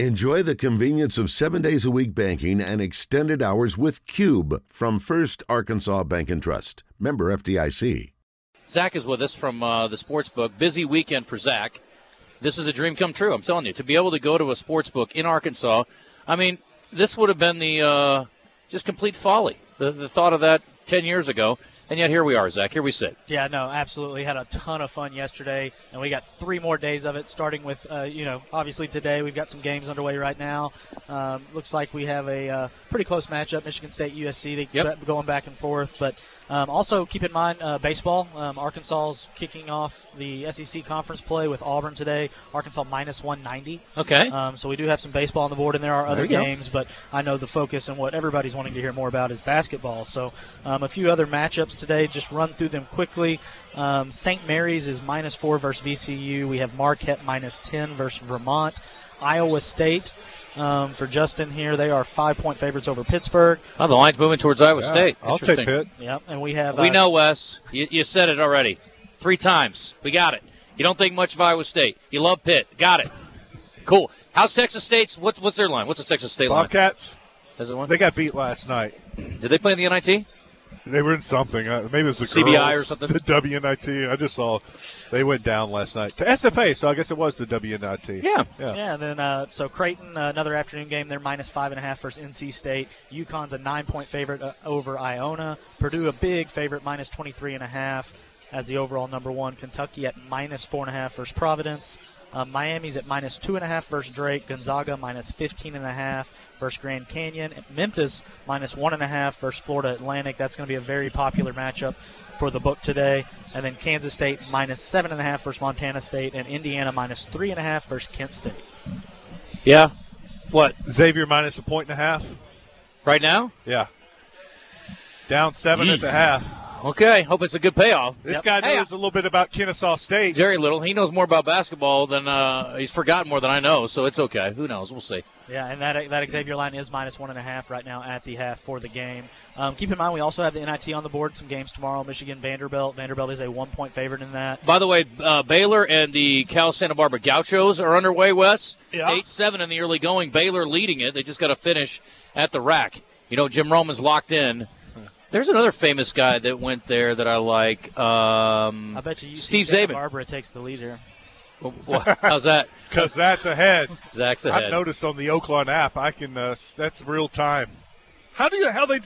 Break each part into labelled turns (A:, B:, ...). A: Enjoy the convenience of seven days a week banking and extended hours with Cube from First Arkansas Bank and Trust. Member FDIC.
B: Zach is with us from uh, the sports book. Busy weekend for Zach. This is a dream come true. I'm telling you, to be able to go to a sports book in Arkansas, I mean, this would have been the uh, just complete folly. The, the thought of that 10 years ago, and yet here we are, Zach. Here we sit.
C: Yeah, no, absolutely. Had a ton of fun yesterday, and we got three more days of it, starting with, uh, you know, obviously today. We've got some games underway right now. Um, looks like we have a uh, pretty close matchup Michigan State USC
B: Yep.
C: b- going back and forth. But um, also keep in mind uh, baseball. Um, Arkansas's kicking off the SEC conference play with Auburn today. Arkansas minus 190.
B: Okay.
C: Um, so we do have some baseball on the board, and there are other
B: you go.
C: games, but I know the focus and what everybody's wanting to hear more about is basketball. So um, a few other matchups today, just run through them quickly. Um, St. Mary's is minus four versus VCU. We have Marquette minus 10 versus Vermont. Iowa State um, for Justin here, they are five point favorites over Pittsburgh.
B: oh, the line's moving towards Iowa State.
D: I'll
B: Interesting.
D: take Pitt.
C: Yep, and we have.
B: We
C: uh,
B: know, Wes. You, you said it already. Three times. We got it. You don't think much of Iowa State. You love Pitt. Got it. Cool. How's Texas State's? What, what's their line? What's the Texas State line?
D: Bobcats,
B: Has it won?
D: they got beat last night.
B: Did they play in the NIT?
D: They were in something. Uh, maybe it was the
B: CBI
D: girls,
B: or something?
D: The WNIT. I just saw they went down last night to SFA, so I guess it was the WNIT.
B: Yeah.
D: yeah.
C: Yeah, and then uh, so Creighton, uh, another afternoon game. They're minus five and a half versus NC State. UConn's a nine-point favorite uh, over Iona. Purdue, a big favorite, minus 23 and a half as the overall number one. Kentucky at minus four and a half versus Providence. Uh, Miami's at minus two and a half versus Drake. Gonzaga minus 15 and a half versus Grand Canyon. Memphis minus one and a half versus Florida Atlantic. That's going to be a very popular matchup for the book today. And then Kansas State minus seven and a half versus Montana State, and Indiana minus three and a half versus Kent State.
B: Yeah. What?
D: Xavier minus a point and a half.
B: Right now?
D: Yeah. Down seven at the half.
B: Okay. Hope it's a good payoff.
D: This
B: Yep.
D: guy
B: Hey,
D: knows a little bit about Kennesaw State.
B: Jerry Little. He knows more about basketball than uh, he's forgotten more than I know, so it's okay. Who knows? We'll see.
C: Yeah, and that that Xavier line is minus one and a half right now at the half for the game. Um, keep in mind, we also have the NIT on the board. Some games tomorrow: Michigan, Vanderbilt. Vanderbilt is a one-point favorite in that.
B: By the way, uh, Baylor and the Cal Santa Barbara Gauchos are underway, Wes.
D: Yeah.
B: 8 7 in the early going. Baylor leading it. They just got to finish at the rack. You know, Jim Roman's locked in. There's another famous guy that went there that I like. Um,
C: I bet you, UC
B: Steve
C: Santa
B: Zabin.
C: Barbara takes the lead here.
B: Well, How's that?
D: Because that's ahead.
B: Zach's
D: I've
B: ahead.
D: noticed on the Oakland app, I can. Uh, s- that's real time. How do you? How they?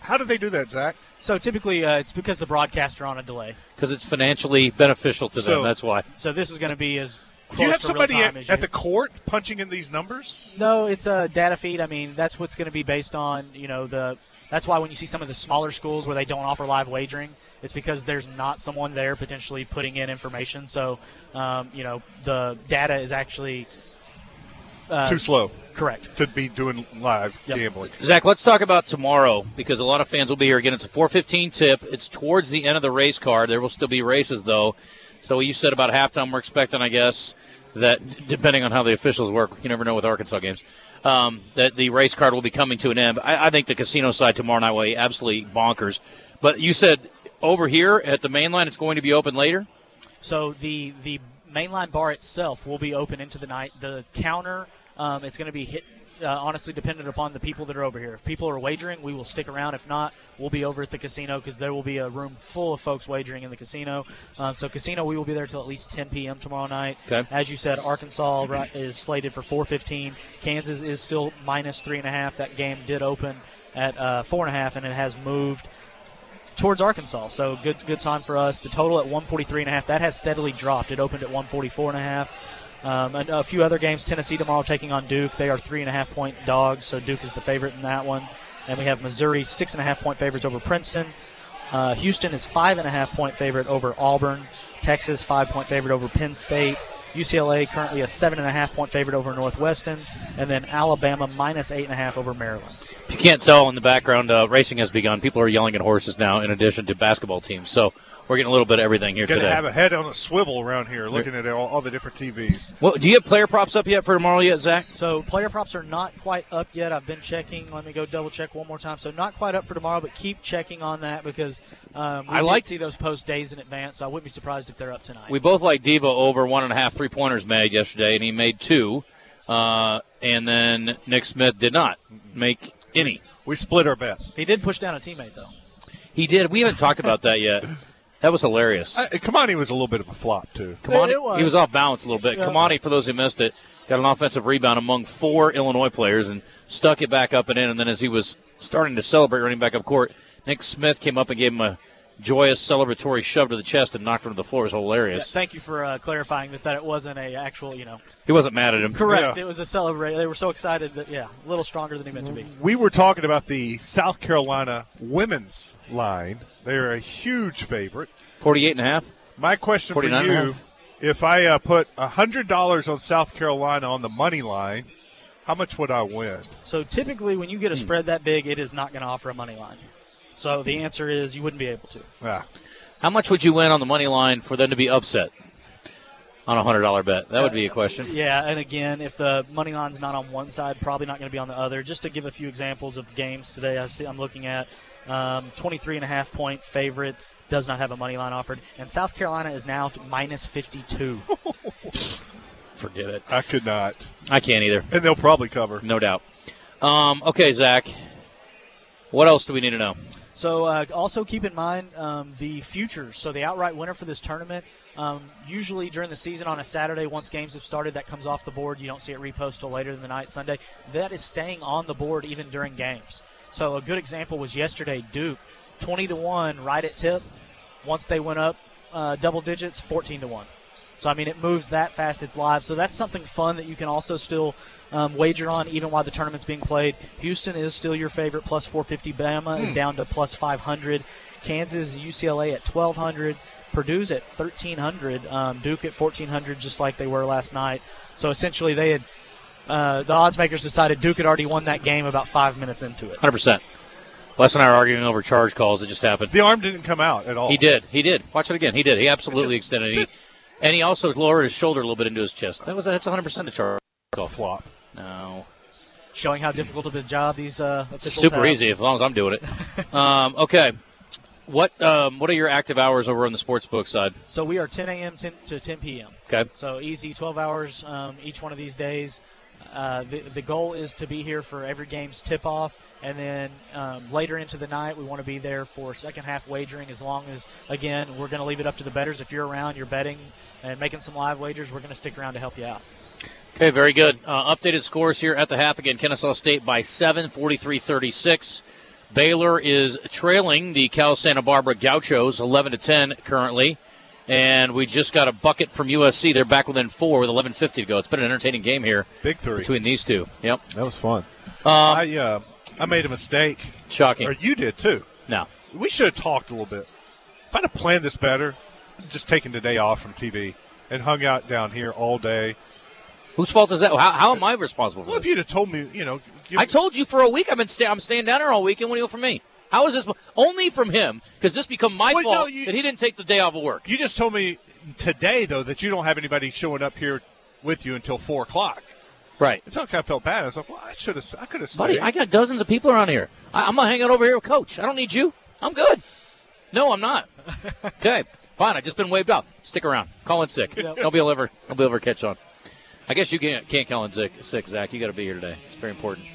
D: How do they do that, Zach?
C: So typically, uh, it's because the broadcasts are on a delay.
B: Because it's financially beneficial to them.
D: So-
B: that's why.
C: So this is going to be as close
D: Do you have
C: to
D: somebody
C: real
D: at,
C: time as you
D: at the court punching in these numbers?
C: No, it's a data feed. I mean, that's what's going to be based on, you know, the. That's why when you see some of the smaller schools where they don't offer live wagering, it's because there's not someone there potentially putting in information. So, um, you know, the data is actually uh,
D: Too slow
C: correct.
D: to be doing live gambling.
B: Zach, let's talk about tomorrow because a lot of fans will be here again. It's a 4:15 tip. It's towards the end of the race card. There will still be races though. So you said about halftime. We're expecting, I guess, that depending on how the officials work, you never know with Arkansas games. Um, that the race card will be coming to an end. I, I think the casino side tomorrow night will be absolutely bonkers. But you said over here at the main line, it's going to be open later.
C: So the the mainline bar itself will be open into the night. The counter, um, it's going to be hit. Uh, honestly, dependent upon the people that are over here. If people are wagering, we will stick around. If not, we'll be over at the casino because there will be a room full of folks wagering in the casino. Um, so, casino, we will be there till at least 10 p.m. tomorrow night.
B: Okay.
C: As you said, Arkansas ri- is slated for 4:15. Kansas is still minus three and a half. That game did open at uh, four and a half, and it has moved towards Arkansas. So good good sign for us. The total at 143 and a half that has steadily dropped. It opened at 144 and a half. Um, and a few other games. Tennessee tomorrow taking on Duke. They are three and a half point dogs, so Duke is the favorite in that one. And we have Missouri six and a half point favorites over Princeton. Uh, Houston is five and a half point favorite over Auburn. Texas five point favorite over Penn State. UCLA currently a seven and a half point favorite over Northwestern, and then Alabama minus eight and a half over Maryland.
B: If you can't tell in the background, uh, racing has begun. People are yelling at horses now, in addition to basketball teams. So we're getting a little bit of everything here
D: Got to
B: today.
D: have a head on a swivel around here, looking at all, all the different TVs.
B: Well, do you have player props up yet for tomorrow yet, Zach?
C: So player props are not quite up yet. I've been checking. Let me go double check one more time. So not quite up for tomorrow, but keep checking on that because um, we
B: I
C: did
B: like-
C: see those posts days in advance. So I wouldn't be surprised if they're up tonight.
B: We both like Diva over one and a half three pointers made yesterday, and he made two. Uh, and then Nick Smith did not make any.
D: We split our bet.
C: He did push down a teammate though.
B: He did. We haven't talked about that yet. That was hilarious.
D: I, Kamani was a little bit of a flop too.
B: Kamani,
C: It was.
B: He was off balance a little bit.
C: Yeah.
B: Kamani, for those who missed it, got an offensive rebound among four Illinois players and stuck it back up and in. And then as he was starting to celebrate running back up court, Nick Smith came up and gave him a joyous celebratory shove to the chest and knocked him to the floor. It was hilarious.
C: Thank you for uh, clarifying that, that it wasn't a actual, you know.
B: He wasn't mad at him.
C: Correct.
D: Yeah.
C: It was a celebrate. They were so excited that yeah, a little stronger than he meant to be.
D: We were talking about the South Carolina women's line. They're a huge favorite.
B: 48 and a half.
D: My question for
B: 49 and a
D: you:
B: half.
D: If I uh, put hundred dollars on South Carolina on the money line, how much would I win?
C: So typically, when you
B: Hmm.
C: get a spread that big, it is not going to offer a money line. So the answer is you wouldn't be able to.
D: Ah,
B: How much would you win on the money line for them to be upset on a $100 bet? That would be a question.
C: Yeah, and again, if the money line's not on one side, probably not going to be on the other. Just to give a few examples of games today, I see I'm looking at um, 23 and a half point favorite does not have a money line offered, and South Carolina is now t- minus 52.
B: Forget it.
D: I could not,
B: I can't either.
D: and they'll probably cover.
B: No doubt. Um, okay, Zach. What else do we need to know?
C: So uh, also keep in mind um, the futures. So the outright winner for this tournament, um, usually during the season on a Saturday, once games have started, that comes off the board. You don't see it repost till later in the night Sunday. That is staying on the board even during games. So a good example was yesterday Duke, 20 to one right at tip. Once they went up uh, double digits, 14 to one. So I mean, it moves that fast. It's live. So that's something fun that you can also still um, wager on, even while the tournament's being played. Houston is still your favorite, plus 450. Bama
B: Hmm.
C: is down to plus 500. Kansas, UCLA at 1200. Purdue's at 1300. Um, Duke at 1400, just like they were last night. So essentially, they had. Uh, the odds makers decided Duke had already won that game about five minutes into it.
B: 100%. Les and I are arguing over charge calls that just happened.
D: The arm didn't come out at all.
B: He did. He did. Watch it again. He did. He absolutely extended it. He, and he also lowered his shoulder a little bit into his chest. That was that's 100% a charge call.
D: flop.
B: No.
C: Showing how difficult of a job these uh, officials
B: Super
C: have.
B: easy as long as I'm doing it. Um, okay. What um, what are your active hours over on the sports book side?
C: So we are 10 a.m. 10 to 10 p.m.
B: Okay.
C: So easy, 12 hours um, each one of these days. Uh, the, the goal is to be here for every game's tip off, and then um, later into the night, we want to be there for second half wagering. As long as, again, we're going to leave it up to the betters. If you're around, you're betting and making some live wagers, we're going to stick around to help you out.
B: Okay, very good. Uh, updated scores here at the half. Again, Kennesaw State by 7, 43 36. Baylor is trailing the Cal Santa Barbara Gauchos 11 to 10 currently. And we just got a bucket from USC. They're back within four with 11.50 to go. It's been an entertaining game here
D: Big three.
B: between these two. Yep.
D: That was fun.
B: Um,
D: I uh, I made a mistake, or
B: Shocking.
D: you did too.
B: Now,
D: We should have talked a little bit. If I'd have planned this better, I'd just taken today off from TV and hung out down here all day.
B: whose fault is that? How, how am I responsible
D: Well,
B: for
D: if
B: this?
D: you'd have told me, you know, give-
B: I told you for a week I've been sta- I'm staying down here all week, and what do you want from me? How is this only from him? Because this become my
D: Wait, no,
B: fault
D: you-
B: that he didn't take the day off of work.
D: you just told me today though that you don't have anybody showing up here with you until four o'clock.
B: Right.
D: It's not kind of felt bad. I was like, well, I should have. I could have stayed.
B: Buddy, I got dozens of people around here. I, I'm gonna hang out over here with Coach. I don't need you. I'm good. No, I'm not. okay, fine. I just been waved off. Stick around. Call in sick. I'll be over. I'll be over. Catch on. I guess you can't, can't call in sick, sick, Zach. You got to be here today. It's very important.